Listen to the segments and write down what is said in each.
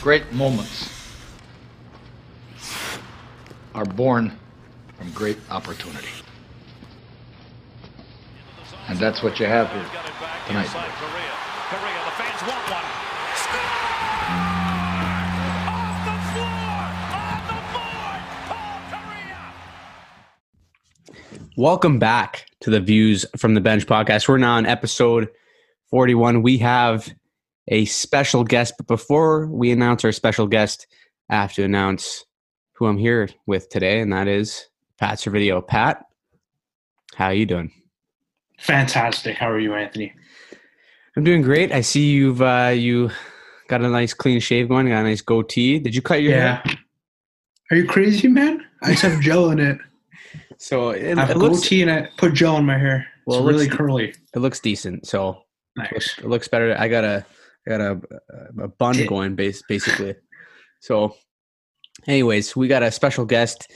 Great moments are born from great opportunity. And that's what you have here tonight. Korea. Korea, the fans want one. Welcome back to the Views from the Bench podcast. We're now on episode 41. We have a special guest, but before we announce our special guest, I have to announce who I'm here with today, and that is Pat Servideo. Pat, how you doing? Fantastic. How are you, Anthony? I'm doing great. I see you've uh, you got a nice clean shave going, got a nice goatee. Did you cut your hair? Are you crazy, man? I just have gel in it. So it, I have it a looks goatee and I put gel in my hair. Well, it it's looks- really curly. it looks decent. So Nice. looks, it looks better. I got a I got a, a bun Did- going base, basically. so, anyways, we got a special guest.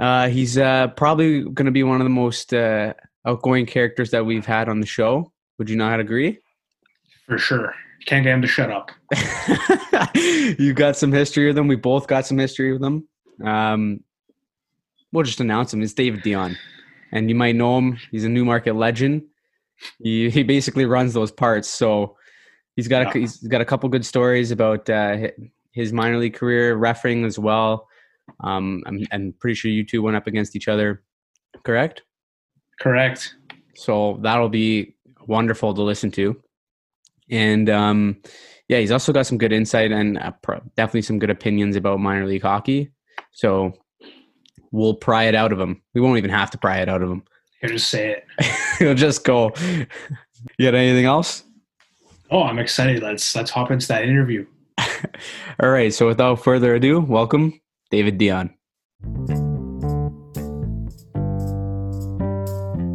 Uh, he's uh, probably going to be one of the most uh, outgoing characters that we've had on the show. Would you not agree? For sure. Can't get him to shut up. you got some history with him. We both got some history with him. Um, we'll just announce him. It's David Dion, and you might know him. He's a Newmarket legend. He he basically runs those parts. So he's got a, Yeah. he's got a couple good stories about uh, hi- his minor league career, refereeing as well. Um, I'm I'm pretty sure you two went up against each other, correct? Correct. So that'll be wonderful to listen to. And um, yeah, he's also got some good insight and uh, pro- definitely some good opinions about minor league hockey. So we'll pry it out of him. We won't even have to pry it out of him. Here, just say it. He'll just go. You got anything else? Oh, I'm excited. Let's let's hop into that interview. All right. So without further ado, welcome David Dion.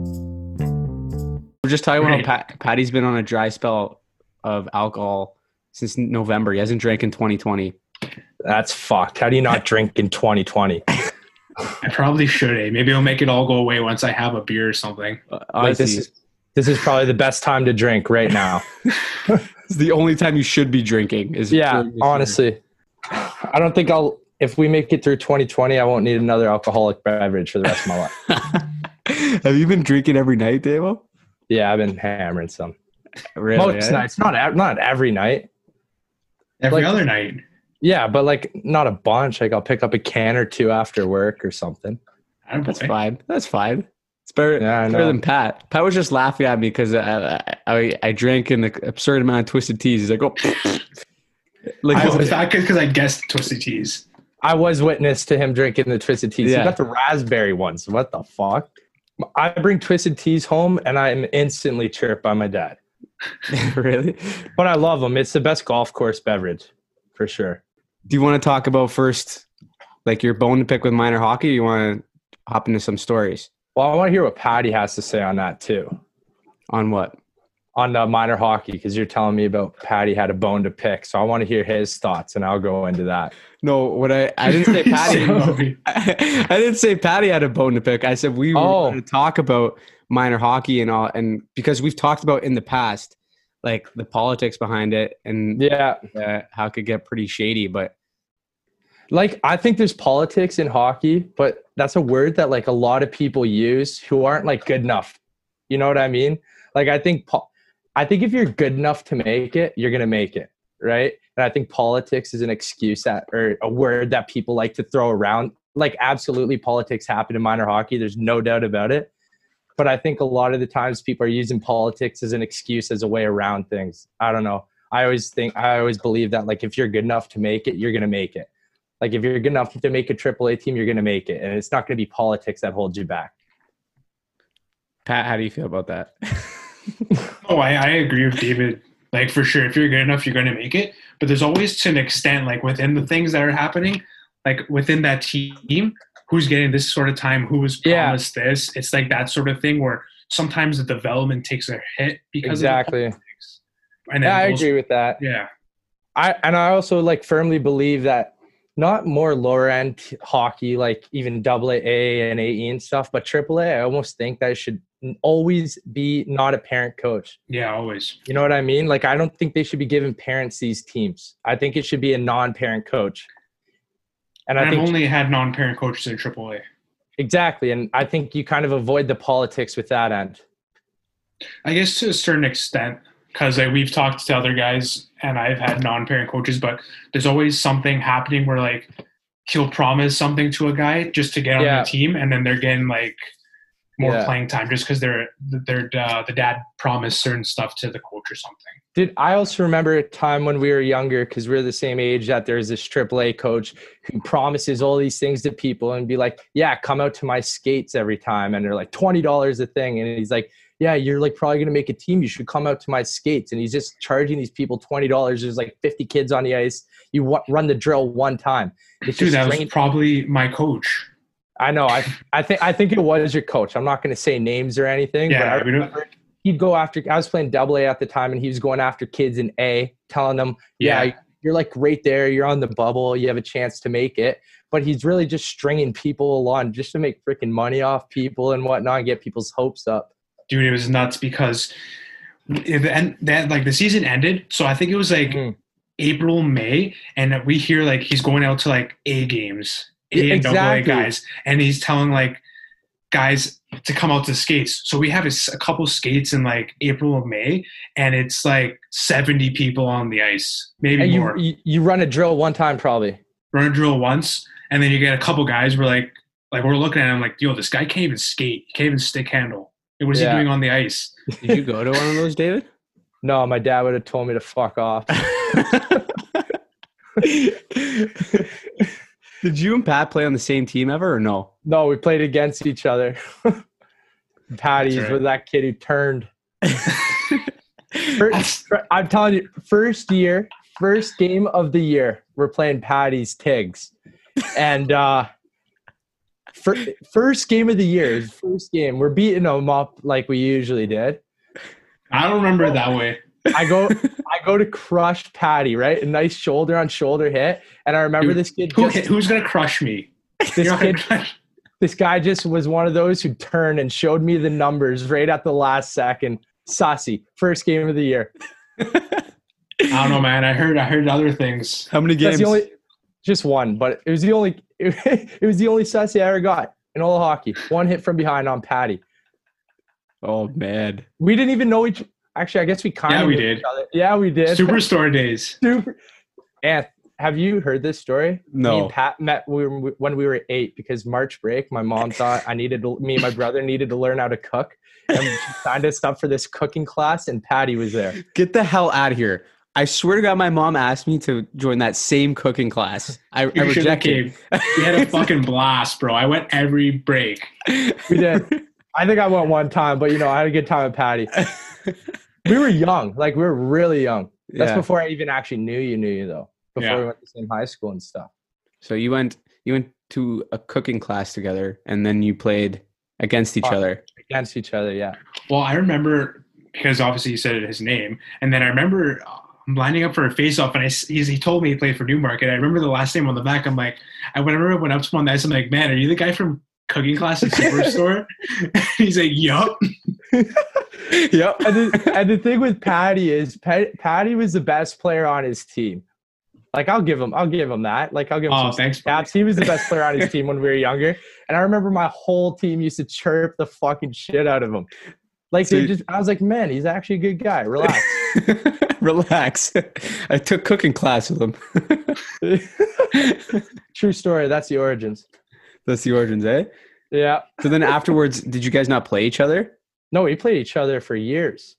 We're just talking about Great. Pat, Patty's been on a dry spell of alcohol since November. He hasn't drank in 2020. That's fucked. How do you not drink in 2020? I probably should. Eh? Maybe it'll make it all go away once I have a beer or something. Uh, Like, this, honestly, is, this is probably the best time to drink right now. it's the only time you should be drinking. Is yeah, during this year. honestly. I don't think I'll, if we make it through 2020, I won't need another alcoholic beverage for the rest of my life. Have you been drinking every night, Davo? Yeah, I've been hammering some. Really? Most eh? nights, not, ev- not every night. Every Like- other night. Yeah, but like not a bunch. Like I'll pick up a can or two after work or something. I don't That's play. fine. That's fine. It's better, Yeah, I it's better know. than Pat. Pat was just laughing at me because I, I I- I drank an absurd amount of twisted teas. He's like, oh, like I was yeah, that because I guessed Twisted Teas. I was witness to him drinking the twisted teas. Yeah. He got the raspberry ones. What the fuck? I bring twisted teas home and I am instantly chirped by my dad. really. But I love them. It's the best golf course beverage, for sure. Do you want to talk about first, like your bone to pick with minor hockey? Or you want to hop into some stories Well, I want to hear what Patty has to say on that too, on what? on the minor hockey, because you're telling me about Patty had a bone to pick. So I want to hear his thoughts, and I'll go into that. No, what I I didn't say Patty. Patty. I didn't say Patty had a bone to pick. I said we Oh. were going to talk about minor hockey and all, and because we've talked about in the past, like the politics behind it and Yeah, uh, how it could get pretty shady. But like I think there's politics in hockey, but that's a word that like a lot of people use who aren't like good enough. You know what I mean? Like I think, po- I think if you're good enough to make it, you're gonna make it, right? And I think politics is an excuse that or a word that people like to throw around. Like absolutely, politics happen in minor hockey. There's no doubt about it. But I think a lot of the times people are using politics as an excuse as a way around things. I don't know. I always think I always believe that like if you're good enough to make it, you're gonna make it. Like if you're good enough to make a AAA team, you're going to make it, and it's not going to be politics that holds you back. Pat, how do you feel about that? Oh, I, I agree with David. Like for sure, if you're good enough, you're going to make it. But there's always to an extent, like within the things that are happening, like within that team, who's getting this sort of time, who was Yeah. promised this. It's like that sort of thing where sometimes the development takes a hit because of Exactly. the, and then Yeah, I those- agree with that. Yeah, I and I also like firmly believe that not more lower E, end hockey, like even double A and AE and stuff, but AAA. I almost think that it should always be not a parent coach. Yeah, always. You know what I mean? Like I don't think they should be giving parents these teams. I think it should be a non-parent coach. And And I I've think only had non-parent coaches in AAA. exactly, and I think you kind of avoid the politics with that end. I guess to a certain extent, because like, we've talked to other guys and I've had non-parent coaches, but there's always something happening where like he'll promise something to a guy just to get on Yeah. the team, and then they're getting like more Yeah. playing time just because they're they're uh, the dad promised certain stuff to the coach or something. Did I also remember a time when we were younger because we are the same age that there's this AAA coach who promises all these things to people and be like, "Yeah, come out to my skates every time," and they're like twenty dollars a thing, and he's like, "Yeah, you're like probably gonna make a team. You should come out to my skates," and he's just charging these people twenty dollars. There's like fifty kids on the ice. You wa- run the drill one time. It's Dude, just that was drain- probably my coach. I know. I I think I think it was your coach. I'm not gonna say names or anything. but I Yeah, we don't, he'd go after I was playing double A at the time and he was going after kids in A, telling them, Yeah, Yeah. you're like right there, you're on the bubble, you have a chance to make it. But he's really just stringing people along just to make freaking money off people and whatnot, and get people's hopes up. dude, it was nuts because it, and that like the season ended. So I think it was like Mhm. April, May, and we hear like he's going out to like A games, A Yeah, and double A exactly. guys, and he's telling like guys to come out to skates. So we have a, s- a couple skates in like April or May, and it's like seventy people on the ice, maybe And more. you, you you run a drill one time probably. Run a drill once, and then you get a couple guys. We're like, like we're looking at him like, yo, this guy can't even skate, he can't even stick handle. What is Yeah. he doing on the ice? Did you go to one of those, David? No, my dad would have told me to fuck off. Did you and Pat play on the same team ever or no? No, we played against each other. Patty's right. with that kid who turned. That's- First, I'm telling you, first year, first game of the year, we're playing Patty's Tigs, and uh, fir- first game of the year, first game, we're beating them up like we usually did. I don't remember it that way. I go, I go to crush Patty, right? A nice shoulder on shoulder hit, and I remember Dude, this kid. Who, just- who's gonna crush me? this You're not gonna kid crush- this guy just was one of those who turned and showed me the numbers right at the last second. Saucy, first game of the year. I don't know, man. I heard I heard other things. How many That's games? the only, just one, but it was the only it was the only saucy I ever got in all of hockey. One hit from behind on Patty. oh man. We didn't even know each. Actually, I guess we kind Yeah, of we knew did. Each other. Yeah, we did. Superstore days. Super. And have you heard this story? Me No. and Pat met we were, when we were eight because March break, my mom thought I needed to, me and my brother needed to learn how to cook, and she signed us up for this cooking class, and Patty was there. Get the hell out of here. I swear to God, my mom asked me to join that same cooking class. I, I You should have rejected. came. We had a fucking blast, bro. I went every break. We did. I think I went one time, but you know I had a good time at Patty. We were young, like we were really young. That's Yeah. before I even actually knew you, knew you though. Before Yeah. we went to the same high school and stuff. So you went you went to a cooking class together, and then you played against each Fuck. other. Against each other, yeah. Well, I remember because obviously he said his name, and then I remember uh, I'm lining up for a face-off, and I s he's, he told me he played for Newmarket. I remember the last name on the back. I'm like, I whenever I went up to him on the ice, I'm like, man, are you the guy from cooking class at Superstore? he's like, yup. yep. And the, and the thing with Patty is Pat, Patty was the best player on his team. Like I'll give him, I'll give him that. Like I'll give him Oh, some thanks, buddy. caps. He was the best player on his team when we were younger, and I remember my whole team used to chirp the fucking shit out of him. Like they Dude. just, I was like, man, he's actually a good guy. Relax. Relax. I took cooking class with him. True story. That's the origins. That's the origins, eh? Yeah. So then afterwards, did you guys not play each other? No, we played each other for years.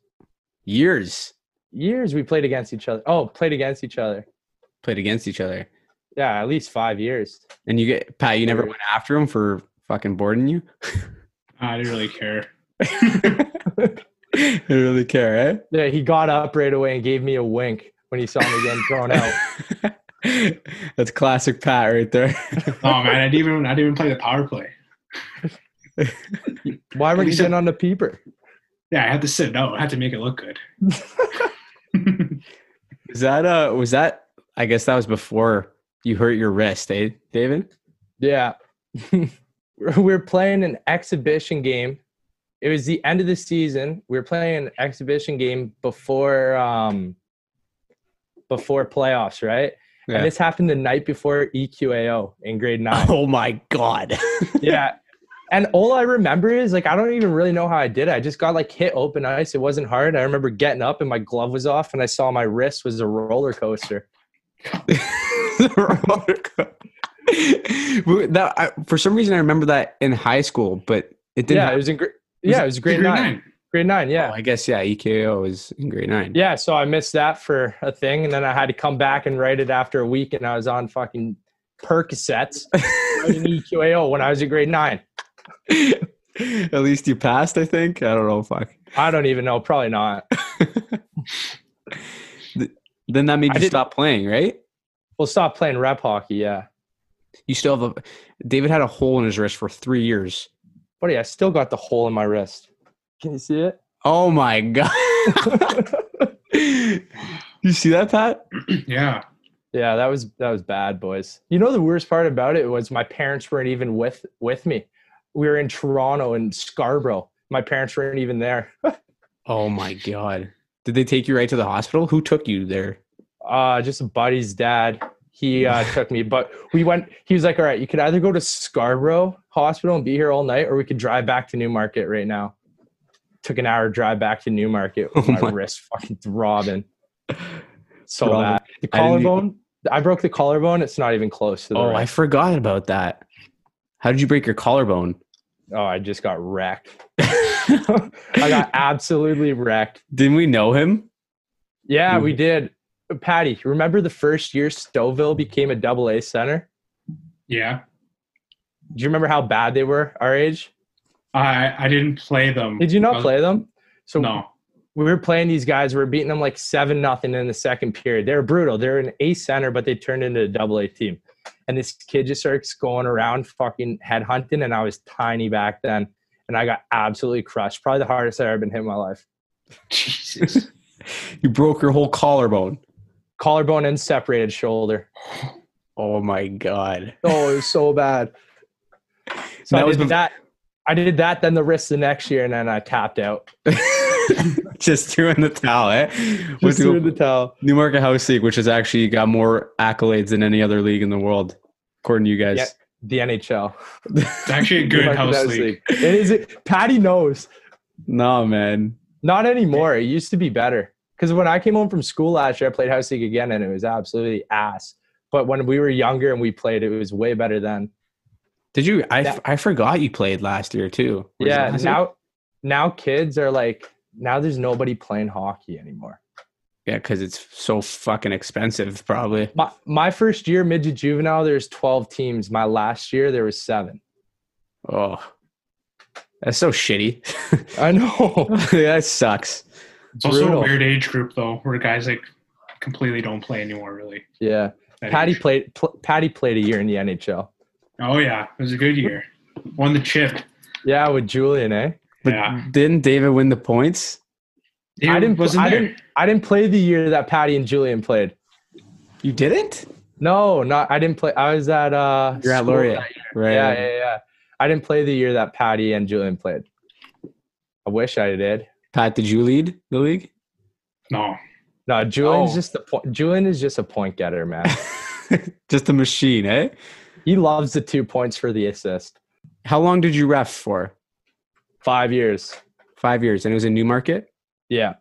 Years Years we played against each other. Oh, played against each other. played against each other, Yeah, at least five years. and you get Pat. You never went after him for fucking boarding you. I didn't really care. I really care, eh? Yeah, he got up right away and gave me a wink when he saw me getting thrown out. eh? That's classic Pat right there. Oh man, I didn't even I didn't even play the power play. Why At were you least it- sitting on the peeper? Yeah, I had to sit out. I had to make it look good. Is that uh was that I guess that was before you hurt your wrist, eh, David? Yeah. we were playing an exhibition game it was the end of the season. We were playing an exhibition game before um before playoffs, right? Yeah. And this happened the night before E EQAO in grade nine. Oh my god. yeah. And all I remember is like I don't even really know how I did it. I just got like hit open ice. It wasn't hard. I remember getting up and my glove was off and I saw my wrist was a roller coaster. The roller co- We- that, I, for some reason, I remember that in high school, but it didn't. yeah, it happen. was in gra- yeah, it was grade, nine. Grade nine, yeah. Oh, I guess yeah. EKO is in grade nine. Yeah, so I missed that for a thing, and then I had to come back and write it after a week, and I was on fucking Percocets writing E EQAO when I was in grade nine. At least you passed, I think. I don't know. Fuck. I don't even know, probably not. Then that I made you didn't- stop playing, right? We'll stop playing rep hockey, yeah. You still have a. David had a hole in his wrist for three years. Buddy, I still got the hole in my wrist. Can you see it? Oh my god. you see that, Pat? Yeah. Yeah, that was that was bad, boys. You know the worst part about it was my parents weren't even with with me. We were in Toronto and Scarborough. My parents weren't even there. Oh my god. Did they take you right to the hospital? Who took you there? uh just a buddy's dad he uh took me but we went he was like all right you could either go to scarborough hospital and be here all night or we could drive back to newmarket right now took an hour drive back to newmarket with Oh my, my- wrist fucking throbbing so Throbbing. bad the I didn't e- collarbone I, broke the collarbone it's not even close to the Oh, I wrist. forgot about that. How did you break your collarbone? oh i just got wrecked i got absolutely wrecked Didn't we know him? yeah Mhm. we did patty remember the first year stouffville became a double a center Yeah. do you remember how bad they were our age I I didn't play them. Did you I not was- play them? So No. we were playing these guys. We were beating them like seven nothing in the second period. They're brutal. They're an ace center, but they turned into a double A team. And this kid just starts going around fucking headhunting, and I was tiny back then, and I got absolutely crushed. Probably the hardest I ever been hit in my life. Jesus. You broke your whole collarbone. Collarbone and separated shoulder. Oh my god. Oh, it was so bad. So That I was did bef- that. I did that, then the wrist the next year, and then I tapped out. Just doing the towel, eh? Went Just to threw in the towel. Newmarket House League, which has actually got more accolades than any other league in the world, according to you guys. Yeah. The NHL. It's actually a good Like, house that was league. like- It is. It, Patty knows. Nah, man. Not anymore. It used to be better. Because when I came home from school last year, I played House League again and it was absolutely ass. But when we were younger and we played, it was way better then. Did you? I, That- I forgot you played last year too. Was it yeah. last year? Now now kids are like, now there's nobody playing hockey anymore. Yeah, because it's so fucking expensive, probably. My my first year midget juvenile, there's 12 teams. My last year there was seven. Oh, that's so shitty. I know. that sucks. It's also Brutal. a weird age group though, where guys like completely don't play anymore. Really. Yeah. That Patty age. played pl- Patty played a year in the NHL. Oh yeah, it was a good year. Won the chip. Yeah, with Julian, eh? But Yeah. didn't David win the points? I didn't Wasn't I there. didn't I didn't play the year that Patty and Julian played. You didn't? No, not I didn't play. I was at uh You're at school Laureate. that year. Right. Yeah, yeah, yeah. I didn't play the year that Patty and Julian played. I wish I did. Pat, did you lead the league? No. No, Julian's No. Oh. just a point. Julian is just a point getter, man. Just a machine, eh? he loves the two points for the assist. How long did you ref for? Five years, Five years, and it was in Newmarket. yeah.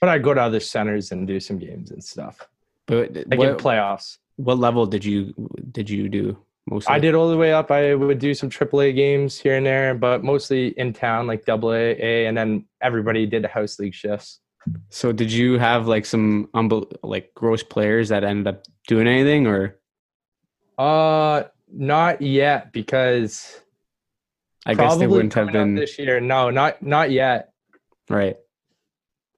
But I go to other centers and do some games and stuff. But Like in what, playoffs, what level did you did you do mostly? I did all the way up. I would do some AAA games here and there, but mostly in town, like Double A, A, and then everybody did house league shifts. So did you have like some unbel- like gross players that ended up doing anything or Uh, not yet because I guess they probably wouldn't have coming up been this year. No, not not yet. right.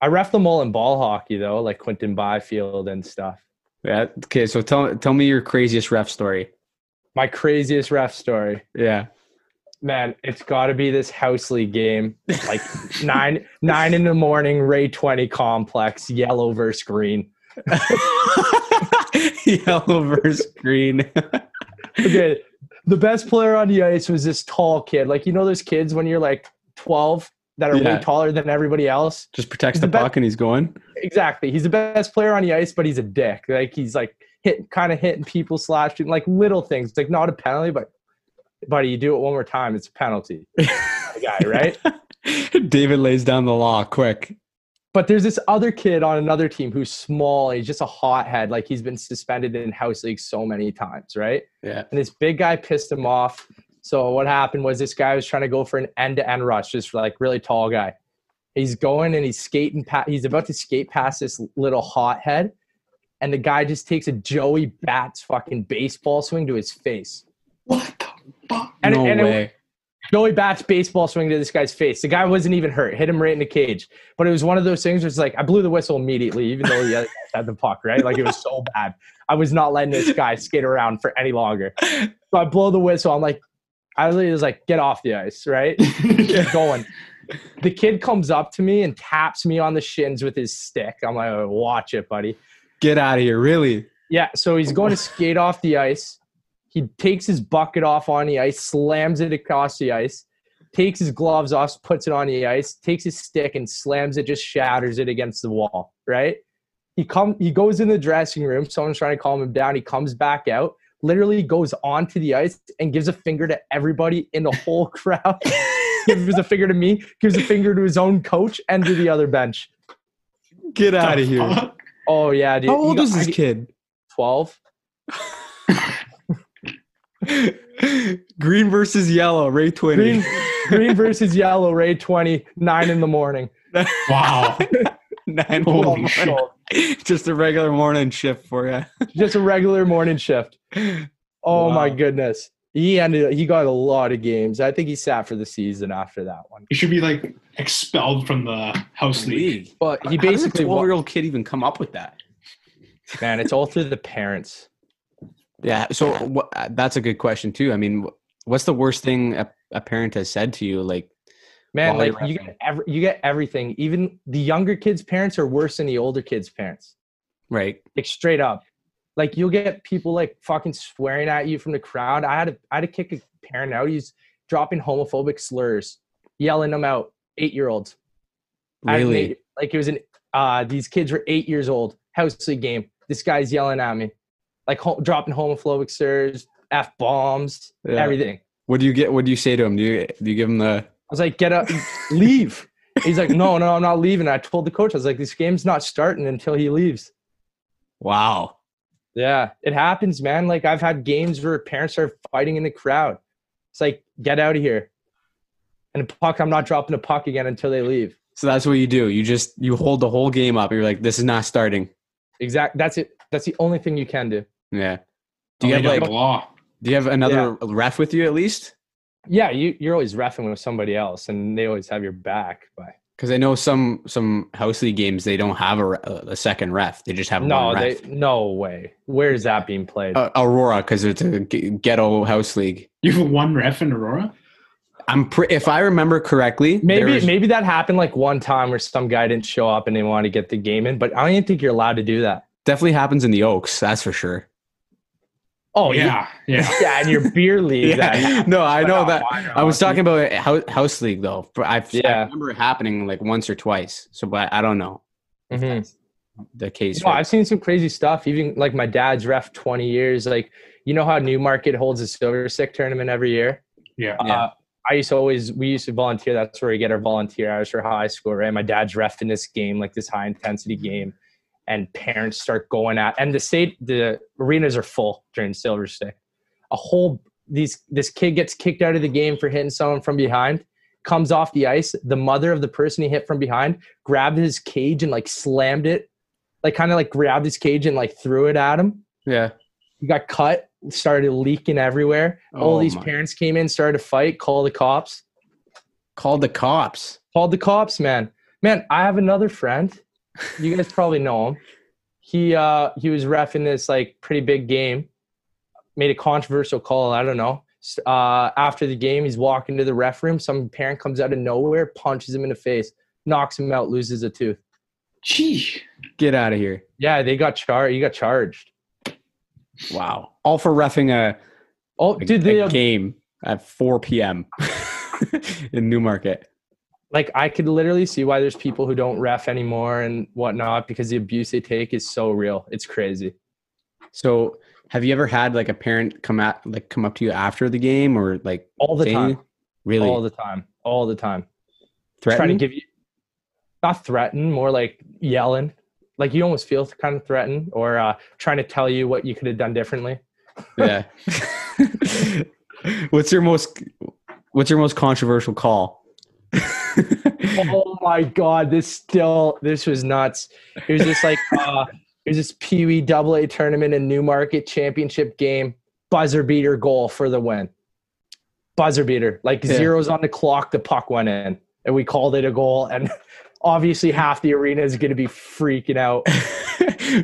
I ref them all in ball hockey though, like Quentin Byfield and stuff. Yeah. Okay. So tell tell me your craziest ref story. My craziest ref story, Yeah. man, it's got to be this house league game, like nine nine in the morning, Ray twenty complex, yellow versus green. Yellow versus green. Okay, the best player on the ice was this tall kid. Like you know those kids when you're like 12 that are Yeah. way taller than everybody else. Just protects the The best- puck and he's going. Exactly. He's the best player on the ice, but he's a dick. Like he's like hit kind of hitting people, slashing like little things. Like not a penalty, but buddy, you do it one more time, it's a penalty. The guy, right? David lays down the law quick. But there's this other kid on another team who's small. And he's just a hothead. Like he's been suspended in house league so many times, right? Yeah. and this big guy pissed him off. So what happened was this guy was trying to go for an end-to-end rush, just for like really tall guy. He's going and he's skating. Pa- he's about to skate past this little hothead, and the guy just takes a Joey Bats fucking baseball swing to his face. What the fuck? And, no and it- way. Joey Bats baseball swing to this guy's face. The guy wasn't even hurt. Hit him right in the cage. But it was one of those things where it's like I blew the whistle immediately, even though the other guy had the puck, right? Like it was so bad. I was not letting this guy skate around for any longer. So I blow the whistle. I'm like, I literally was like, get off the ice, right? Keep going. The kid comes up to me and taps me on the shins with his stick. I'm like, "Oh, watch it, buddy. Get out of here, really. Yeah, so he's going to skate off the ice. He takes his bucket off on the ice, slams it across the ice, takes his gloves off, puts it on the ice, takes his stick and slams it, just shatters it against the wall, right? He come he goes in the dressing room, someone's trying to calm him down, he comes back out, literally goes onto the ice and gives a finger to everybody in the whole crowd. gives a finger to me, gives a finger to his own coach and to the other bench. Get out of here. Fuck? Oh yeah, dude. How He old got- is I this get- kid? 12. Green versus yellow, Ray 20. Green, green versus yellow, Ray 20, 9 in the morning. Oh, Wow. Nine Holy old shit. Just a regular morning shift for you. Just a regular morning shift. Oh my Wow. goodness. He ended he got a lot of games. I think he sat for the season after that one. You should be like expelled from the house league. But he basically wa- old kid even come up with that? man, it's all through the parents. Yeah. So what, uh, that's a good question too. I mean, wh- what's the worst thing a, a parent has said to you? Like, Man, While like you're you refing. get every, you get everything. Even the younger kids' parents are worse than the older kids' parents. right? Like straight up. Like you'll get people like fucking swearing at you from the crowd. I had to I had to kick a parent out. He's dropping homophobic slurs, yelling them out. Eight year olds. I had an Really? eight- like it was an uh these kids were eight years old, house league game. This guy's yelling at me, like ho- dropping homophobic slurs, f bombs, Yeah. everything. I What do you get? What do you say to him? Do you do you give him the? was like, get up, leave. He's like, no, no, I'm not leaving. I told the coach, I was like, this game's not starting until he leaves. Wow. Yeah, it happens, man. Like I've had games where parents are fighting in the crowd. It's like, get out of here. And the puck, I'm not dropping the puck again until they leave. So that's what you do. You just you hold the whole game up. You're like, this is not starting. Exact. That's it. That's the only thing you can do. Yeah. Do Oh, you Only have Oh, got like? the law? Do you have another ref with you at least? yeah you, you're always refing with somebody else and they always have your back but Because I know some some house league games they don't have a, re- a second ref. They just have no one they ref. no way where is that being played Uh, Aurora, because it's a g- ghetto house league. You have one ref in Aurora? I'm pre- if I remember correctly, maybe there's- maybe that happened like one time where some guy didn't show up and they wanted to get the game in but i don't even think you're allowed to do that definitely happens in the Oaks. That's for sure. oh yeah yeah. Yeah. yeah and your beer league that happened. no, I know But that. why not? I was talking about house, house league though. But I've, I Yeah. remember it happening like once or twice. So, but I don't know Mhm. the case. No, right? I've seen some crazy stuff. Even like my dad's ref 20 years. Like, you know how Newmarket holds a Silver Sick tournament every year? Yeah. Yeah. Uh, I used to always, we used to volunteer. That's where we get our volunteer hours for high school, right? My dad's ref in this game, like this high intensity game. And parents start going at, and the state, the arenas are full during Silver Sick. A whole, these, this kid gets kicked out of the game for hitting someone from behind, comes off the ice. The mother of the person he hit from behind grabbed his cage and like slammed it like kind of like grabbed his cage and like threw it at him. yeah. He got cut, started leaking everywhere. All Oh, these my. parents came in, started to fight, call the cops. Called the cops. Called the cops, man. Man, I have another friend. You guys probably know him. He uh he was refing this like pretty big game. Made a controversial call, I don't know. S- Uh after the game, he's walking to the ref room. Some parent comes out of nowhere, punches him in the face, knocks him out, loses a tooth. Gee. Get out of here. Yeah, they got charged. He got charged. Wow. All for refing a, Oh, a, dude, a the game at 4 p.m. in Newmarket. like I could literally see why there's people who don't ref anymore and whatnot because the abuse they take is so real. It's crazy. So, have you ever had like a parent come at like come up to you after the game or like All the say time. anything? Really All the time. All the time. threaten? Trying to give you not threaten, more like yelling. Like you almost feel kind of threatened or uh, trying to tell you what you could have done differently. yeah. what's your most What's your most controversial call? oh my god, this still this was nuts. It was just like uh it was this Pee Wee double A tournament and Newmarket championship game, buzzer beater goal for the win. Buzzer beater, like Yeah. zeros on the clock, the puck went in, and we called it a goal. And obviously half the arena is gonna be freaking out.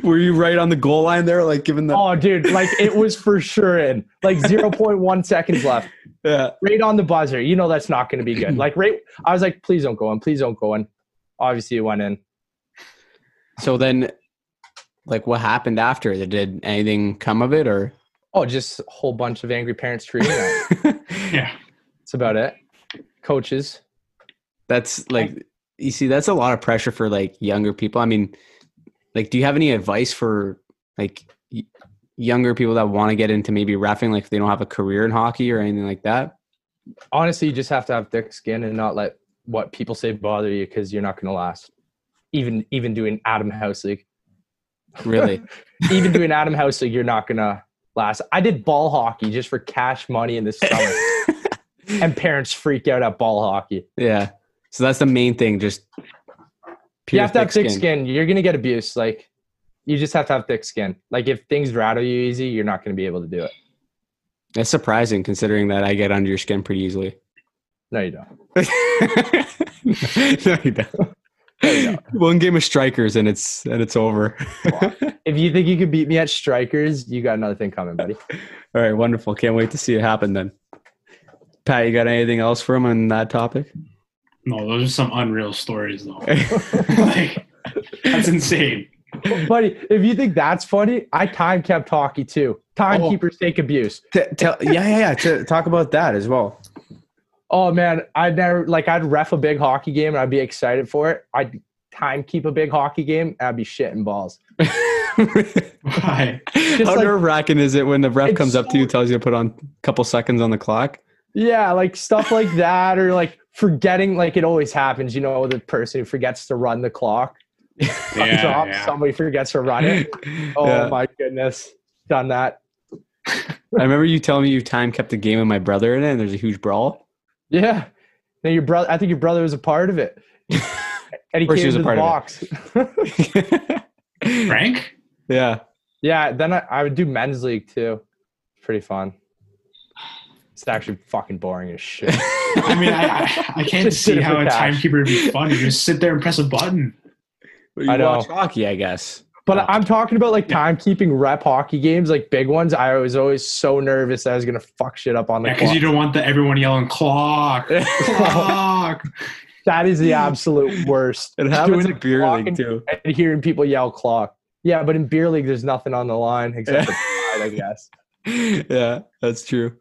Were you right on the goal line there, like giving the Oh dude, like it was for sure in. Like 0.1 seconds left. yeah. right on the buzzer. You know that's not going to be good. Like right, I was like, please don't go in, please don't go in. Obviously, it went in. So then, like, what happened after? Did anything come of it, or Oh, just a whole bunch of angry parents treating. us. Yeah. That's about it. Coaches. that's like you see that's a lot of pressure for like younger people. I mean, like, do you have any advice for like y- younger people that want to get into maybe refing, like if they don't have a career in hockey or anything like that? Honestly, you just have to have thick skin and not let what people say bother you because you're not going to last. Even even doing Adam House League, Really? even doing Adam House League, you're not going to last. I did ball hockey just for cash money in the summer, and parents freak out at ball hockey. yeah. So that's the main thing. Just you have to have thick skin. You're gonna get abuse. Like you just have to have thick skin. Like if things rattle you easy, you're not gonna be able to do it. That's surprising considering that I get under your skin pretty easily. No, you don't. no, you don't. One game of strikers and it's and it's over. If you think you could beat me at strikers, you got another thing coming, buddy. All right, wonderful. Can't wait to see it happen then. Pat, you got anything else for him on that topic? No, those are some unreal stories though. like that's insane. buddy, if you think that's funny, I time kept hockey too. Timekeepers take abuse. T- tell, yeah, yeah, yeah. T- talk Oh. about that as well. Oh man, I'd never like I'd ref a big hockey game and I'd be excited for it. I'd time keep a big hockey game and I'd be shitting balls. Why? How like- nerve wracking is it when the ref It's comes up to so- you, tells you to put on a couple seconds on the clock? Yeah, like stuff like that, or like forgetting, like it always happens, you know, the person who forgets to run the clock. Yeah, Drop, yeah. Somebody forgets to run it. Oh Yeah. my goodness. Done that. I remember you telling me you time kept a game of my brother in it, and there's a huge brawl. Yeah. Now your brother I think your brother was a part of it. And he Of course came he was into a part the of it. box. Frank? yeah. yeah, then I, I would do men's league too. It's pretty fun. It's actually fucking boring as shit. I mean, I, I, I can't Just see did it how for a cash. timekeeper would be fun. You just sit there and press a button. But you I know. watch hockey, I guess. But I'm talking about like timekeeping rep hockey games, like big ones. I was always so nervous that I was gonna fuck shit up on the Yeah, because clock. you don't want the everyone yelling clock, clock. That is the absolute worst. It happens Doing in beer clock league and- too. And hearing people yell clock. Yeah, but in beer league, there's nothing on the line except the pride, I guess. yeah, that's true.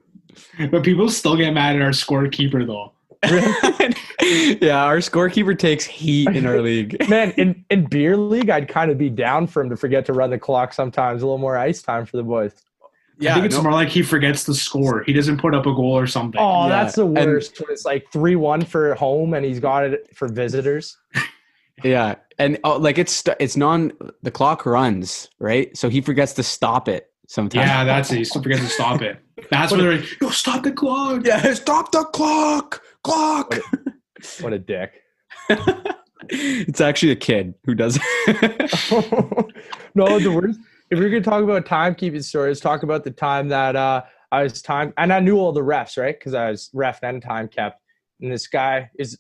But people still get mad at our scorekeeper though. yeah, our scorekeeper takes heat in our league. Man, in, in beer league, I'd kind of be down for him to forget to run the clock sometimes. A little more ice time for the boys. I think it's no- more like he forgets the score. He doesn't put up a goal or something. Oh, Yeah, that's the and- worst. when it's like 3 1 for home and he's got it for visitors. yeah, and oh, like it's st- it's non the clock runs right, so he forgets to stop it sometimes. Yeah, that's it. He still forgets to stop it. That's when they're like, "Yo, stop the clock!" yeah, stop the clock, clock. What a dick. it's actually a kid who does. it. no, the worst. If you're gonna talk about timekeeping stories, talk about the time that uh, I was time and I knew all the refs, right? Because I was ref and time kept. And this guy is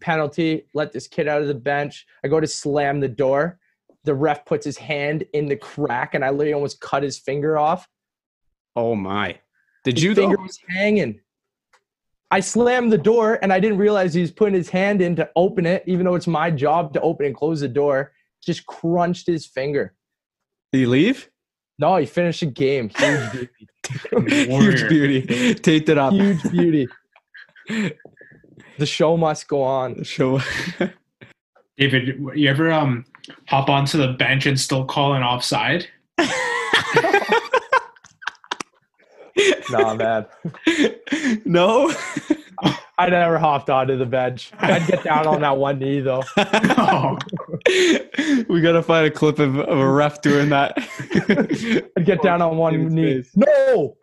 penalty. Let this kid out of the bench. I go to slam the door. The ref puts his hand in the crack, and I literally almost cut his finger off. oh my! Did His you finger though? was hanging. I slammed the door, and I didn't realize he was putting his hand in to open it, even though it's my job to open and close the door. Just crunched his finger. Did you leave? No, he finished the game. Huge beauty. Huge beauty, taped it up. Huge beauty. the show must go on. Show. David, you ever um hop onto the bench and still call an offside? Nah, man. no. I never hopped onto the bench. I'd get down on that one knee though. Oh, we gotta find a clip of, of a ref doing that. I'd get down on one David's knee. face. No,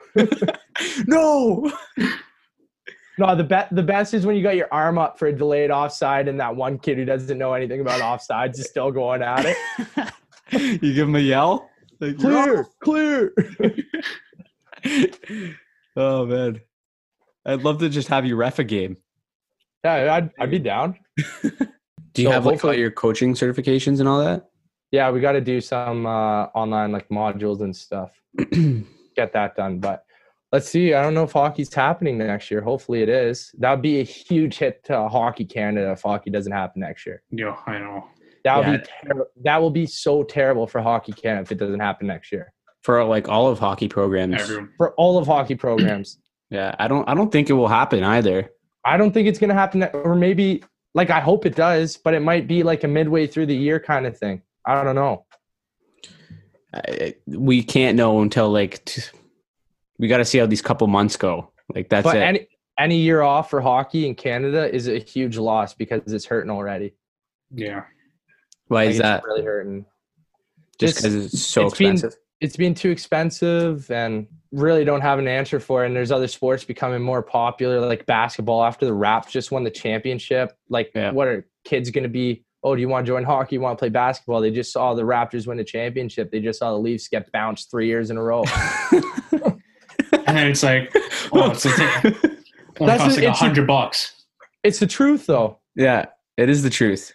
no. no. The bet, the best is when you got your arm up for a delayed offside, and that one kid who doesn't know anything about offsides is still going at it. You give him a yell. Like, "You're Clear, clear. off." oh man, I'd love to just have you ref a game. Yeah, I'd, I'd be down. Do you So have like all hopefully- your coaching certifications and all that? Yeah, we got to do some uh, online like modules and stuff. Get that done, but let's see. I don't know if hockey's happening next year. Hopefully, it is. That would be a huge hit to Hockey Canada if hockey doesn't happen next year. yo, I know. That would Yeah. be ter- that will be so terrible for Hockey Canada if it doesn't happen next year. For like all of hockey programs. Everyone. for all of hockey programs. Yeah, I don't. I don't think it will happen either. I don't think it's going to happen, or maybe like I hope it does, but it might be like a midway through the year kind of thing. I don't know. I- I, we can't know until like t- we got to see how these couple months go. Like that's but it. any any year off for hockey in Canada is a huge loss because it's hurting already. Yeah. Why Like, is it's that? really hurting? Just it's- because it's so it's been- expensive. It's been too expensive and really don't have an answer for it. And there's other sports becoming more popular, like basketball. After the Raps just won the championship, like Yeah. what are kids going to be? Oh, do you want to join hockey? You want to play basketball? They just saw the Raptors win the championship. They just saw the Leafs get bounced three years in a row. And then it's like, oh, it's like, it only That's costs it, like a it's a- hundred bucks. It's the truth, though. Yeah, it is the truth.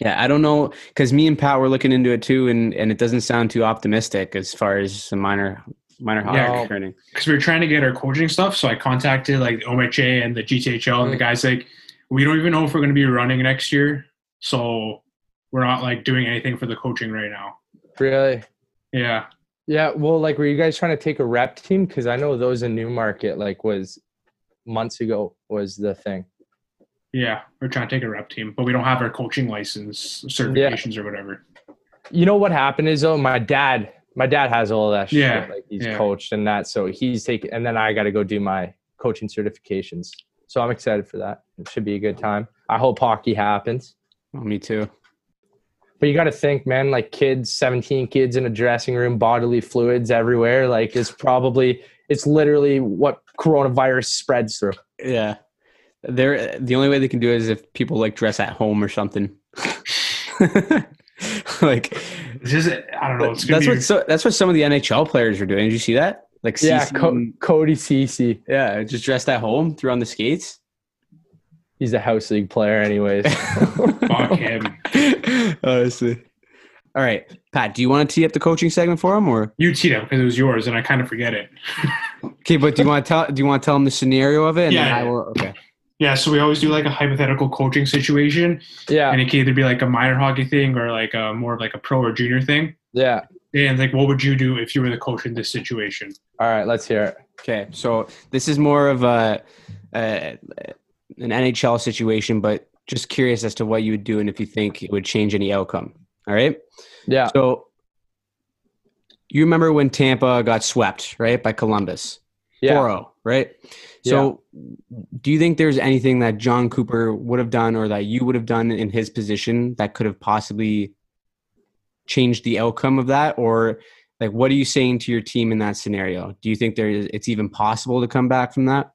Yeah, I don't know because me and Pat were looking into it too, and and it doesn't sound too optimistic as far as the minor minor hockey Yeah. returning. because we were trying to get our coaching stuff. So I contacted like OMHA and the GTHL, and the guy's like, "We don't even know if we're going to be running next year, so we're not like doing anything for the coaching right now." Really? Yeah, Yeah. Well, like, were you guys trying to take a rep team? Because I know those in Newmarket, like, was months ago was the thing. yeah, we're trying to take a rep team, but we don't have our coaching license certifications or whatever. you know what happened is though my dad my dad has all that shit. Yeah, Like he's yeah. coached and that. So he's taking and then I gotta go do my coaching certifications. So I'm excited for that. It should be a good time. I hope hockey happens. Well, me too. But you gotta think, man, like kids, 17 kids in a dressing room, bodily fluids everywhere, like it's probably it's literally what coronavirus spreads through. Yeah, they're the only way they can do it is if people like dress at home or something. like This is I don't know. It's gonna that's be what so, that's what some of the NHL players are doing. Did you see that? Like Yeah, CC Co- Cody Cece. yeah, just dressed at home, threw on the skates. He's a house league player anyways. fuck him. Honestly. All right, Pat. Do you want to tee up the coaching segment for him, or You teed up because it was yours, and I kind of forget it. okay? But do you want to tell? Do you want to tell him the scenario of it? And then Yeah. I will. Okay. Yeah, so we always do like a hypothetical coaching situation, yeah. and it can either be like a minor hockey thing or like a more of like a pro or junior thing. Yeah. And like, what would you do if you were the coach in this situation? All right, let's hear it. Okay. So this is more of a, a an NHL situation, but just curious as to what you would do and if you think it would change any outcome. All right. Yeah. So you remember when Tampa got swept, right, by Columbus? Yeah. 4-0, oh, right? So do you think there's anything that John Cooper would have done or that you would have done in his position that could have possibly changed the outcome of that or like what are you saying to your team in that scenario? Do you think there is it's even possible to come back from that?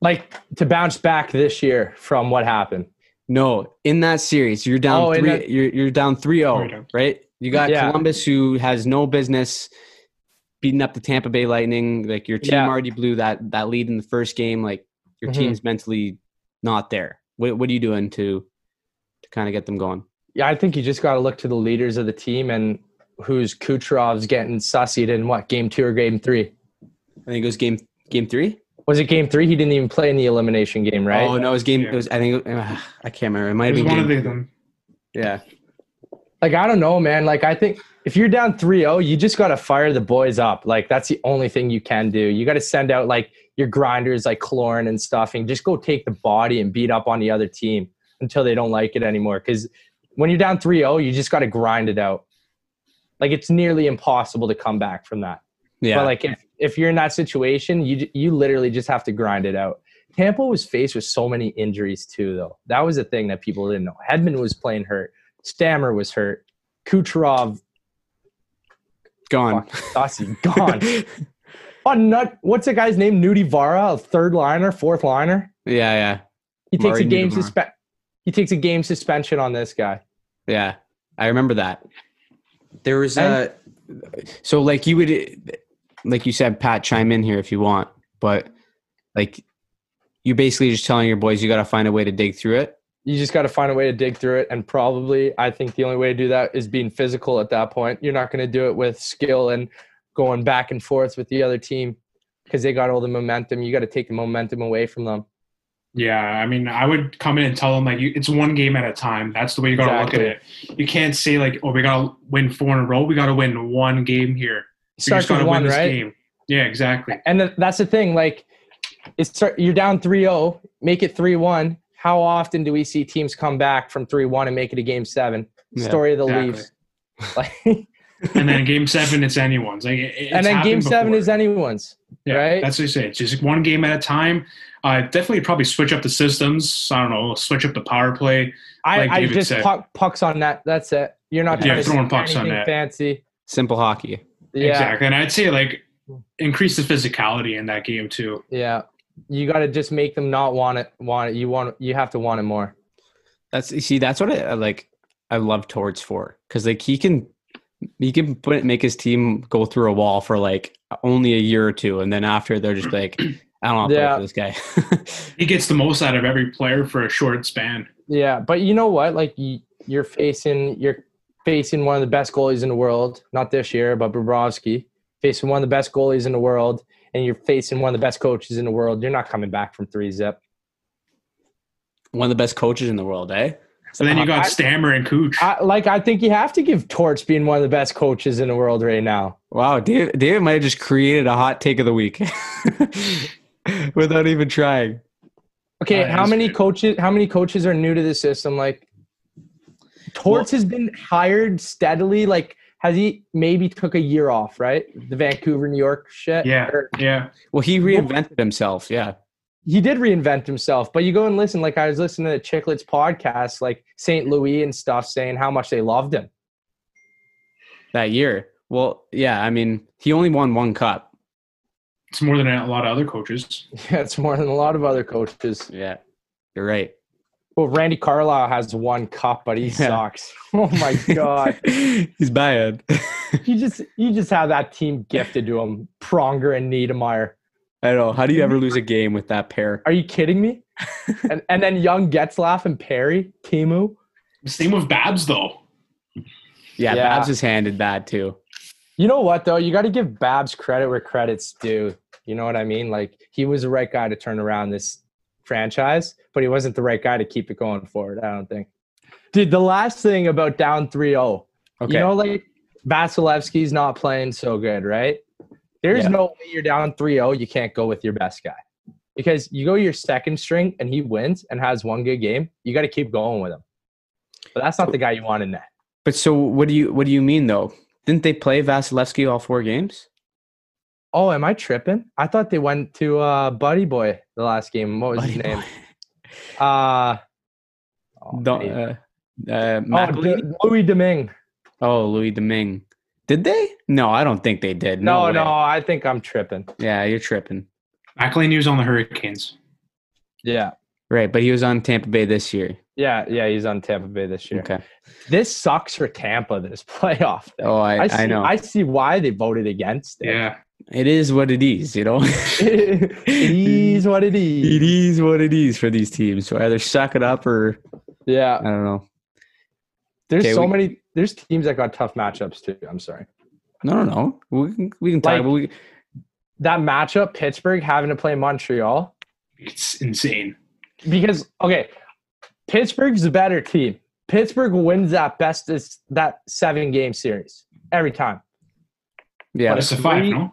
like to bounce back this year from what happened. No, in that series, you're down Oh, in 3 that- you're you're down 3-0, Right. right? You got Yeah. Columbus who has no business beating up the Tampa Bay Lightning. Like your team Yeah. already blew that that lead in the first game. Like your Mhm. team's mentally not there. What what are you doing to to kind of get them going? Yeah, I think you just got to look to the leaders of the team and who's Kucherov's getting sussied in what game two or game three? I think it was game game 3. Was it game three? He didn't even play in the elimination game, right? Oh, no, it was game Yeah. it was I think uh, I can't remember. It might It have was been one game of the three. them. Yeah. like I don't know, man. Like I think if you're down 3-0, you just gotta fire the boys up. Like that's the only thing you can do. You gotta send out like your grinders like Clorin and stuff and just go take the body and beat up on the other team until they don't like it anymore. Cause when you're down 3-0, you just gotta grind it out. Like it's nearly impossible to come back from that. Yeah. But like if, if you're in that situation, you you literally just have to grind it out. Tampa was faced with so many injuries too, though. That was the thing that people didn't know. Hedman was playing hurt. Stammer was hurt. Kucherov, gone. fuck, Stassi, gone. What nut? What's the guy's name? Nudi Vara, a third liner, fourth liner. Yeah, yeah, He takes Murray a game Nudivara. suspe- He takes a game suspension on this guy. yeah. I remember that. There was And- a so like you would like you said, Pat, chime in here if you want, but like you're basically just telling your boys you got to find a way to dig through it. you just got to find a way to dig through it and probably i think the only way to do that is being physical at that point you're not going to do it with skill and going back and forth with the other team because they got all the momentum you got to take the momentum away from them Yeah, I mean, I would come in and tell them like you, it's one game at a time. That's the way you got to look at it. You can't say like, oh, we got to win four in a row. We got to win one game here. We starts gotta with one right game. Yeah, exactly. and th- that's the thing like it's start, you're down 3-0 make it 3-1 how often do we see teams come back from 3-1 and make it a game 7 Yeah, story of the exactly. leaves like And then game seven, it's anyone's. Like, it- it's and then game happened 7 before. is anyone's Yeah, right? That's what I say. It's just one game at a time. Uh, definitely, probably switch up the systems. I don't know. Switch up the power play. i, Like I David just said. puck, pucks on that that's it you're not Yeah, trying to throwing do pucks on anything net. fancy Simple hockey. Yeah, Exactly. And I'd say like increase the physicality in that game too. yeah. You got to just make them not want it. Want it. You want. You have to want it more. That's you see, that's what I I like. I love Torts for because like he can, he can put make his team go through a wall for like only a year or two, and then after they're just like, I don't want to play Yeah. for this guy. He gets the most out of every player for a short span. Yeah, but you know what? Like you, you're facing you're facing one of the best goalies in the world. Not this year, but Bobrovsky facing one of the best goalies in the world, and you're facing one of the best coaches in the world. You're not coming back from three zip. One of the best coaches in the world, eh? So then you got I- Stammer and Cooch. I, like I think you have to give Torch being one of the best coaches in the world right now. Wow, David, David might have just created a hot take of the week without even trying. Okay, Uh, how he's many good. coaches? How many coaches are new to the system? Like, Torts has been hired steadily. Like, has he maybe took a year off? Right, the Vancouver, New York shit. yeah, Or- yeah. Well, he reinvented himself. Yeah, he did reinvent himself. But you go and listen. Like, I was listening to the Chicklets podcast, like St. Louis and stuff, saying how much they loved him. that year. Well, yeah. I mean, he only won one cup. It's more than a lot of other coaches. Yeah, it's more than a lot of other coaches. Yeah, you're right. Well, Randy Carlisle has one cup, but he Yeah. sucks. Oh my god. he's bad. you just you just have that team gifted to him. Pronger and Niedermeyer. I don't know. How do you ever lose a game with that pair? Are you kidding me? and and then Young Getzlaff and Perry, Timu. Same with Babs though. Yeah, Yeah. Babs is handed bad too. You know what though? You got to give Babs credit where credit's due. You know what I mean? Like he was the right guy to turn around this franchise, but he wasn't the right guy to keep it going forward. I don't think. Dude, the last thing about down oh, 3-0. Okay. You know, like Vasilevsky's not playing so good, right? There's Yeah. no way you're down 3-0. You can't go with your best guy because you go your second string and he wins and has one good game. You got to keep going with him. But that's not the guy you want in net. but so what do you what do you mean though? Didn't they play Vasilevsky all four games? Oh, am I tripping? I thought they went to uh, Buddy Boy the last game. What was his Buddy name? Uh, oh, Don't, man. uh, uh, Oh, Macaulay? D- Louis Domingue. Oh, Louis Domingue. Did they? No, I don't think they did. No, No, no, way. I think I'm tripping. Yeah, you're tripping. McLean was on the Hurricanes. Yeah. Right, but he was on Tampa Bay this year. Yeah, yeah, he's on Tampa Bay this year. Okay. This sucks for Tampa, this playoff thing. Oh, I, I, see, know. I see why they voted against it. Yeah. it is what it is, you know. Hmm. it is what it is. it is what it is for these teams. So either suck it up or Yeah. I don't know. There's Okay, so we- many there's teams that got tough matchups too. I'm sorry. No, no, no. We can, we can talk. Like- about we, That matchup, Pittsburgh having to play Montreal. It's insane. because okay, Pittsburgh's the better team. Pittsburgh wins that best is that seven game series every time. Yeah. But it's a five, three- no?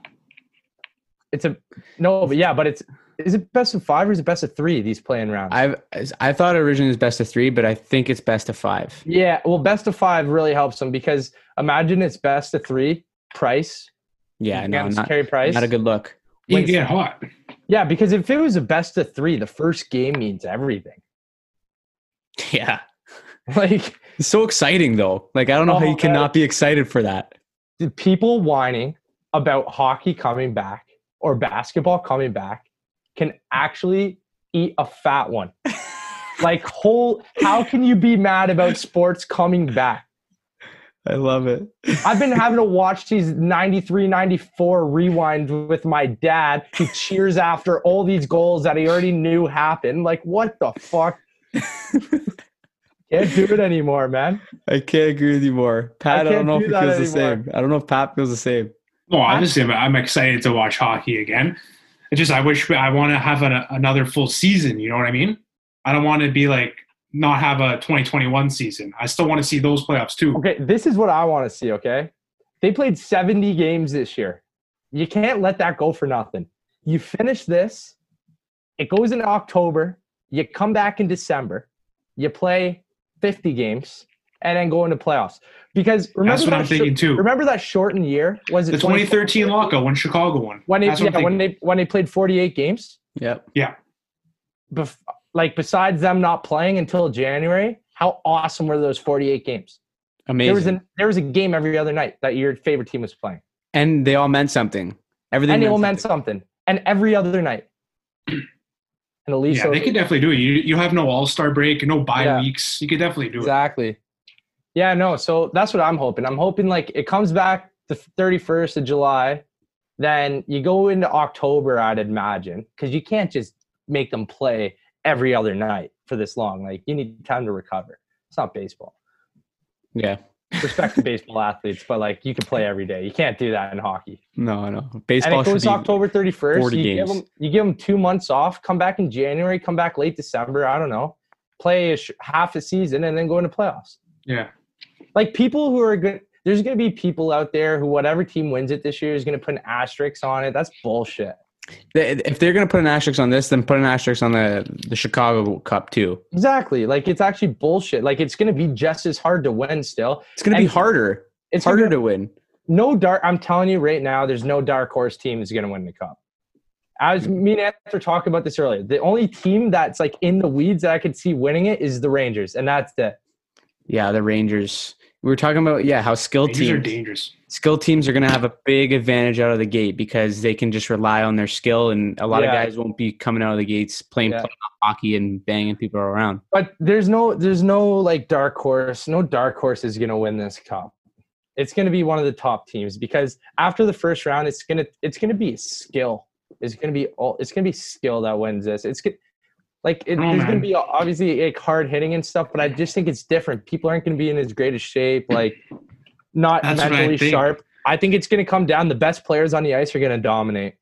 It's a no, but yeah, but it's is it best of five or is it best of three these playing rounds? I've I thought originally it was best of three, but I think it's best of five. yeah, well, best of five really helps them because imagine it's best of three. Price, Yeah, no, Adams, not, Carey Price, not a good look. You wins- get hot. Yeah, because if it was a best of three, the first game means everything. Yeah. Like It's so exciting though. Like I don't know how Oh, you cannot be excited for that. the people whining about hockey coming back or basketball coming back can actually eat a fat one. like whole how can you be mad about sports coming back? I love it. I've been having to watch these 93 94 rewinds with my dad who cheers after all these goals that he already knew happened. Like what the fuck? Can't do it anymore, man. I can't agree with you more. Pat, I, don't can't know if do he that feels the anymore. same. I don't know if Pat feels the same. Well, obviously, I'm, I'm excited to watch hockey again. It's just I wish I want to have an, another full season. You know what I mean? I don't want to be like not have a 2021 season. I still want to see those playoffs too. Okay, this is what I want to see, okay? They played 70 games this year. You can't let that go for nothing. You finish this, it goes in October, you come back in December, you play 50 games, and then go into playoffs. Because remember That's what that I'm shor- thinking too. Remember that shortened year? Was it the 2013 lockout when Chicago won. When they, That's what yeah, I'm when thinking. they when they played 48 games? Yep. bef- like besides them not playing until January, how awesome were those 48 games? Amazing. There was an there was a game every other night that your favorite team was playing. and they all meant something. Everything and it meant all meant something. something. And every other night. And the Leafs yeah, they over- could definitely do it. You, you have no All Star break, no bye Yeah. weeks. You could definitely do it. exactly. Yeah, no. So that's what I'm hoping. I'm hoping like it comes back the 31st of July, then you go into October. I'd imagine because you can't just make them play every other night for this long. Like you need time to recover. It's not baseball. Yeah. Respect to baseball athletes, but like you can play every day. You can't do that in hockey. No, I know. Baseball and it should goes be October 31st. 40 you, Give games. them, you give them two months off, come back in January, come back late December. I don't know. Play a sh- half a season and then go into playoffs. Yeah. Like people who are good, there's going to be people out there who, whatever team wins it this year, is going to put an asterisk on it. That's bullshit. They- if they're gonna put an asterisk on this, then put an asterisk on the the Chicago Cup too. Exactly. Like it's actually bullshit. Like it's going to be just as hard to win still. It's gonna And- be harder. It's It's harder gonna, to win. no dark. I'm telling you right now, there's no dark horse team that's going to win the cup. I was Mm-hmm. me and Anthony were talking about this earlier. The only team that's like in the weeds that I could see winning it is the Rangers, and that's it. Yeah, the Rangers. We were talking about yeah how skilled These are teams dangerous. skill teams are going to have a big advantage out of the gate because they can just rely on their skill and a lot of Yeah. guys won't be coming out of the gates playing, Yeah. playing hockey and banging people around But there's no there's no like dark horse. No dark horse is gonna win this cup. It's gonna be one of the top teams because after the first round, it's gonna it's gonna be skill. It's gonna be all it's gonna be skill that wins this. It's go- like it, Oh, there's gonna man. be obviously like hard hitting and stuff, but I just think it's different. People aren't gonna be in as great a shape, like not That's what I mentally think. sharp. I think it's gonna come down. The best players on the ice are gonna dominate.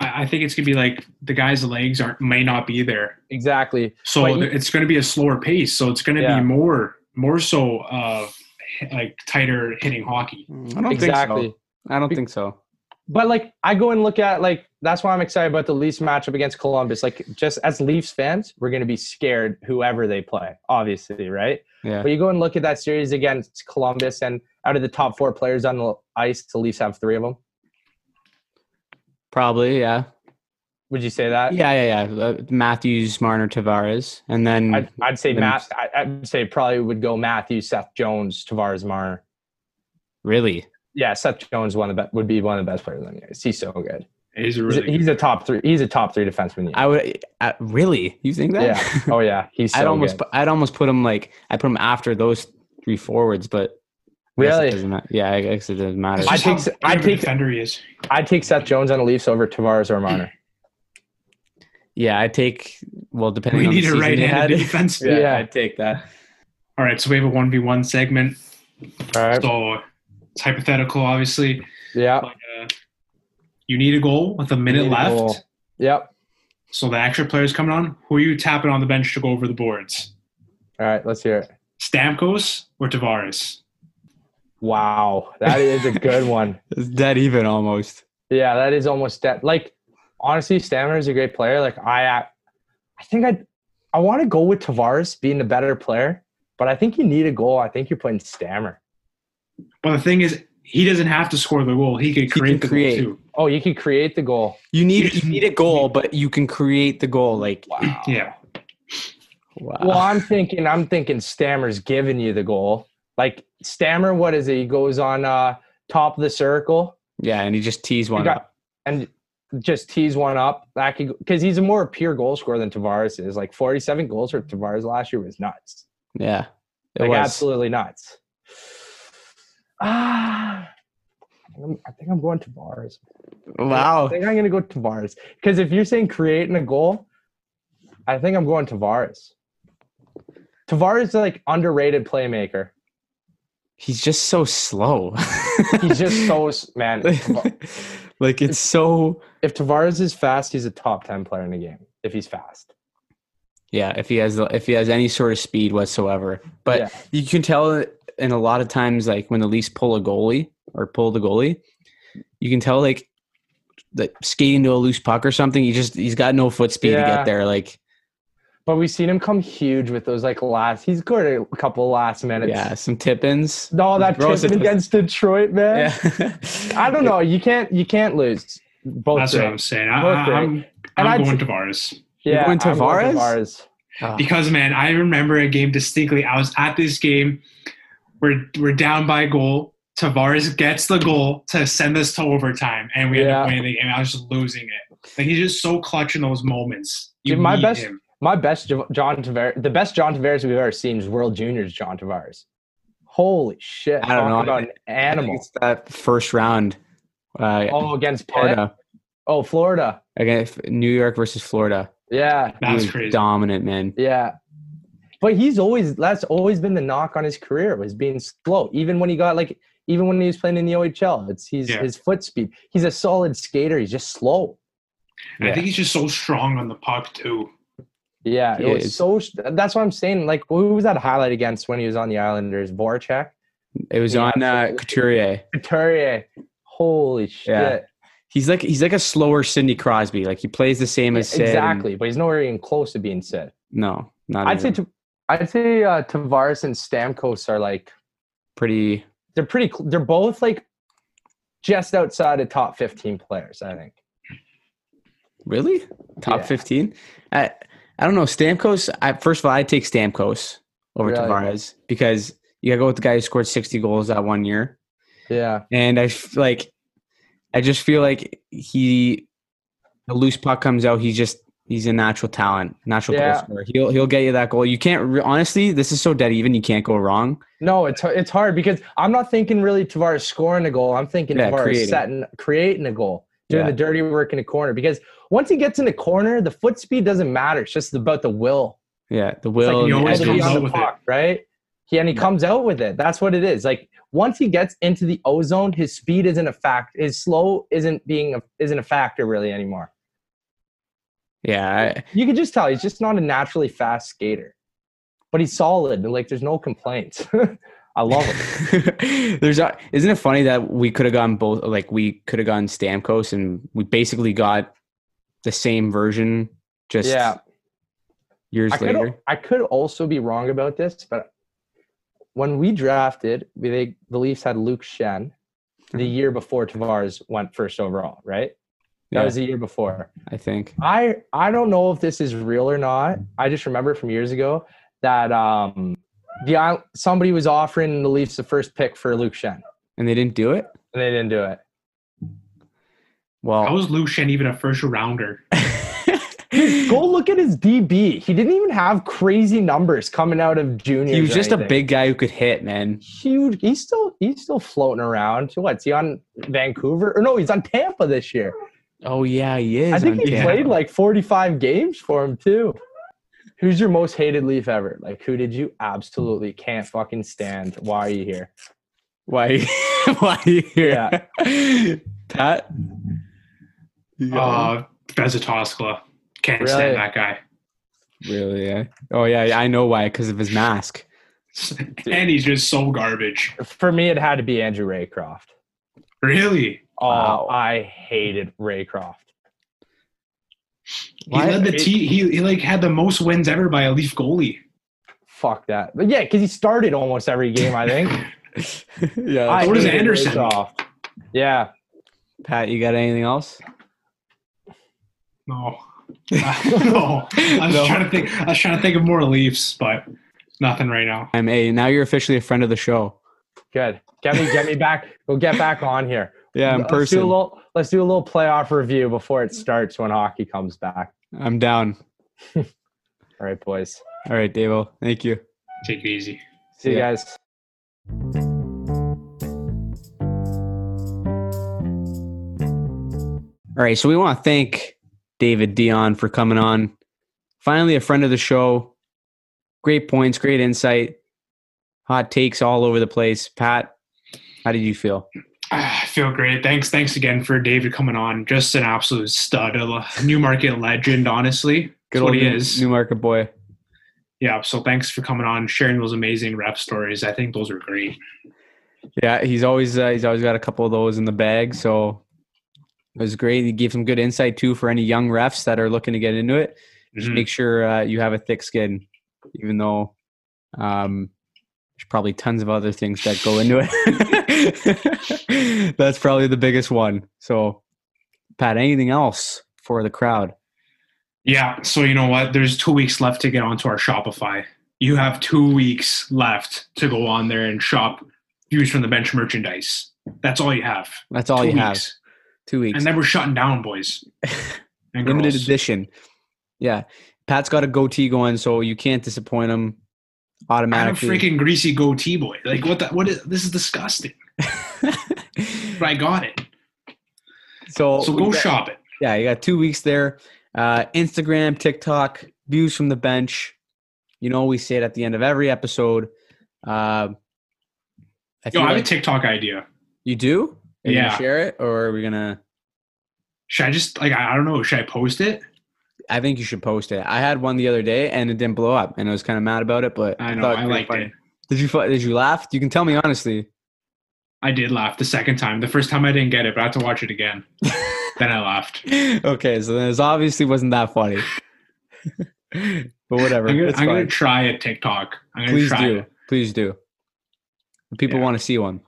I, I think it's gonna be like the guys' legs aren't may not be there, Exactly. so But you- th- it's gonna be a slower pace. So it's gonna Yeah. be more more so of h- like tighter hitting hockey. Mm, i don't exactly. think so i don't think so but like I go and look at like that's why I'm excited about the Leafs matchup against Columbus. Like just as Leafs fans, we're gonna be scared whoever they play, obviously, right? yeah But you go and look at that series against Columbus, and out of the top four players on the ice, the Leafs have three of them. probably yeah Would you say that? yeah yeah yeah uh, matthews marner tavares and then I'd, I'd say Then- Matt. I- I'd say probably would go Matthews, Seth Jones, Tavares, Marner. really Yeah, Seth Jones one of the be- would be one of the best players on the ice. He's so good. He's a He's, really he's a top three. He's a top three defenseman. in the i would uh, really you think that Yeah. Oh yeah, he's. So i'd almost good. put, i'd almost put him like i put him after those three forwards but I guess it really. doesn't ma- yeah i guess it doesn't matter It's just I take how s- good I of a take- defender he is. I'd take Seth Jones on the Leafs over Tavares or Marner. yeah i take well depending We on the need a season he had. right-handed defense. Yeah. I'd take that. All right, so we have a one v one segment. All right. So it's hypothetical, obviously. Yeah. But, uh, you need a goal with a minute Need a left. goal. Yep. So the extra player's coming on. Who are you tapping on the bench to go over the boards? All right. Let's hear it. Stamkos or Tavares? Wow, that is a good one. It's dead even almost. Yeah, that is almost dead. Like honestly, Stammer is a great player. Like I, I- I think I, I want to go with Tavares being the better player, but I think you need a goal. I think you're putting Stammer. But the thing is, he doesn't have to score the goal. He could can create the create. goal too. Oh, you can create the goal. You need just you need a goal, but you can create the goal. Like Wow. Yeah. wow. Well, I'm thinking, I'm thinking Stammer's giving you the goal. Like Stammer, what is it? He goes on uh, top of the circle yeah, and he just tees one got- up. and just tees one up. That could because he's a more pure goal scorer than Tavares is. Like 47 goals for Tavares last year was nuts. Yeah, it Like was. absolutely nuts. Ah, I think I'm- I think I'm going Tavares. I Wow. think I'm going to go Tavares because if you're saying creating a goal, I think I'm going Tavares. Tavares is like underrated playmaker. He's just so slow. He's just so s- man. Tava- like it's so If Tavares is fast, he's a top ten player in the game. If he's fast, yeah. If he has the- if he has any sort of speed whatsoever, but Yeah. you can tell in a lot of times like when the Leafs pull a goalie or pull the goalie, you can tell like like skating to a loose puck or something. He just he's got no foot speed to Yeah. get there. Like but we've seen him come huge with those like last. He's scored a couple last minutes. yeah, some tippins. No, that Gross, tip it was- against Detroit, man. Yeah. I don't know. You can't. You can't lose. Both. That's what great. I'm saying. I, Both I, I'm, And I'm I'd going Tavares. You're Yeah, going I'm Tavares? Tavares. Ah. Because man, I remember a game distinctly. I was at this game. We're we're down by a goal. Tavares gets the goal to send us to overtime, and we end up Yeah. winning the game. I was just losing it. Like he's just so clutch in those moments. You Dude, my need best- him. My best Jo- John Tavares, the best John Tavares we've ever seen is World Juniors John Tavares. Holy shit! I don't Talk know. about I an think animal. It's that first round. Uh, Oh, against Pitt? Florida. Oh, Florida. Against New York versus Florida. Yeah, He That was was crazy. Dominant, man. yeah. But he's always that's always been the knock on his career was being slow. Even when he got like, even when he was playing in the OHL, it's he's Yeah. his foot speed. He's a solid skater. He's just slow. I Yeah. think he's just so strong on the puck too. Yeah, He it was is. so. That's what I'm saying. Like, who was that highlight against when he was on the Islanders? Voracek, It was Yeah, on uh, absolutely. Couturier. Couturier. Holy shit! Yeah. He's like he's like a slower Sidney Crosby. Like he plays the same as Sid. and- exactly, but he's nowhere even close to being said. no, not. I'd say even. t- I'd say uh, Tavares and Stamkos are like pretty. they're pretty. Cl- they're both like just outside of top fifteen players. I think. Really, top Yeah. fifteen. I I don't know Stamkos. I, first of all, I take Stamkos over Really? Tavares because you gotta go with the guy who scored sixty goals that one year. Yeah, and I f- like, I just feel like he, the loose puck comes out. He's just he's a natural talent, natural Yeah. goal scorer. He'll he'll get you that goal. You can't re- honestly. This is so dead even. You can't go wrong. no, it's har- it's hard because I'm not thinking really Tavares scoring a goal. I'm thinking Yeah, Tavares creating. setting, creating a goal, doing Yeah. the dirty work in the corner. Because once he gets in the corner, the foot speed doesn't matter. It's just about the will. Yeah, the like will. he and the always Always edges. comes on out the with it. puck, right? He, and he comes out with it. That's what it is. Like once he gets into the ozone, his speed isn't a fact. His slow isn't being a, isn't a factor really anymore. Yeah, I, You can just tell he's just not a naturally fast skater, but he's solid. and, Like there's no complaints. I love him. There's a, isn't it funny that we could have gone both like we could have gone Stamkos and we basically got the same version just yeah, years I could later. I could also be wrong about this, but when we drafted, we they, the Leafs had Luke Shen the Mm-hmm. year before Tavares went first overall, right? That Yeah. was the year before. I think. I I don't know if this is real or not. I just remember from years ago that um the Isle- somebody was offering the Leafs the first pick for Luke Shen, And they didn't do it. and they didn't do it. How Well, was Lucian even a first rounder? Go look at his DB. He didn't even have crazy numbers coming out of junior. he was just a big guy who could hit, man. huge. He's still he's still floating around. What's he on Vancouver? Or no, he's on Tampa this year. Oh yeah, he is. I think on he Tampa. played like 45 games for him too. Who's your most hated Leaf ever? Like, who did you absolutely can't fucking stand? Why are you here? Why? Why are you here? Pat. You got Uh, Bezatoskla. Can't Really? stand that guy. eh? one? really? Yeah. Oh yeah, yeah, I know why. Because of his mask. and he's just so garbage. For me, it had to be Andrew Raycroft. Really? Oh, Wow. I hated Raycroft. He Why- led the it- team. He, he like had the most wins ever by a Leaf goalie. Fuck that. But yeah, because he started almost every game. I think. yeah. I So does hated Anderson. Raycroft. Yeah. Pat, you got anything else? No, no. I was No. trying to think. I was trying to think of more Leafs, but nothing right now. I'm a. Now you're officially a friend of the show. Good. Get me. Get me back. We'll get back on here. Yeah, in Let's do a person. little. Let's do a little playoff review before it starts when hockey comes back. I'm down. All right, boys. All right, Davo. Thank you. Take it easy. See you Yeah. guys. All right, so we want to thank David Dion for coming on. Finally, a friend of the show. Great points, great insight, hot takes all over the place. Pat, how did you feel? Ah, I feel great. Thanks, thanks again for David coming on. Just an absolute stud, a new market legend. Honestly, That's what he New- is. Newmarket boy. yeah. So thanks for coming on, sharing those amazing rep stories. I think those were great. Yeah, he's always uh, he's always got a couple of those in the bag. So it was great. He gave some good insight too for any young refs that are looking to get into it. Just Mhm. make sure uh, you have a thick skin, even though um, there's probably tons of other things that go into it. That's probably the biggest one. So, Pat, anything else for the crowd? Yeah. So you know what? There's two weeks left to get onto our Shopify. You have two weeks left to go on there and shop views from the bench merchandise. That's all you have. That's all two you have. weeks. Two weeks. And then we're shutting down, boys. And Limited girls. edition. Yeah. Pat's got a goatee going, so you can't disappoint him I had a automatically. freaking greasy goatee boy. Like what? The, what is this? Is disgusting. But I got it. so, So we go got- shop it. Oh, yeah, you got two weeks there. Uh, Instagram, TikTok, views from the bench. You know, we say it at the end of every episode. Uh, I Yo, feel I have a like- TikTok idea. you do? Are you gonna Yeah. share it, or are we gonna? Should I just like I I don't know? Should I post it? I think you should post it. I had one the other day, and it didn't blow up, and I was kind of mad about it. But I know. thought I was liked funny. it. Did you? fu- Did you laugh? You can tell me honestly. I did laugh the second time. The first time I didn't get it, but I had to watch it again. then I laughed. okay, so then it obviously wasn't that funny. but whatever. I'm gonna, it's I'm gonna fine. try a TikTok. I'm gonna Please try do. It. Please do. The People Yeah. want to see one.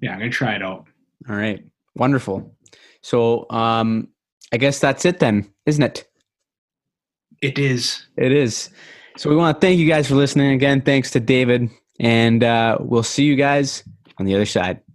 Yeah, I'm gonna try it out. All right. Wonderful. So um I guess that's it then, isn't it? It is. It is. So we want to thank you guys for listening again. Thanks to David and uh we'll see you guys on the other side.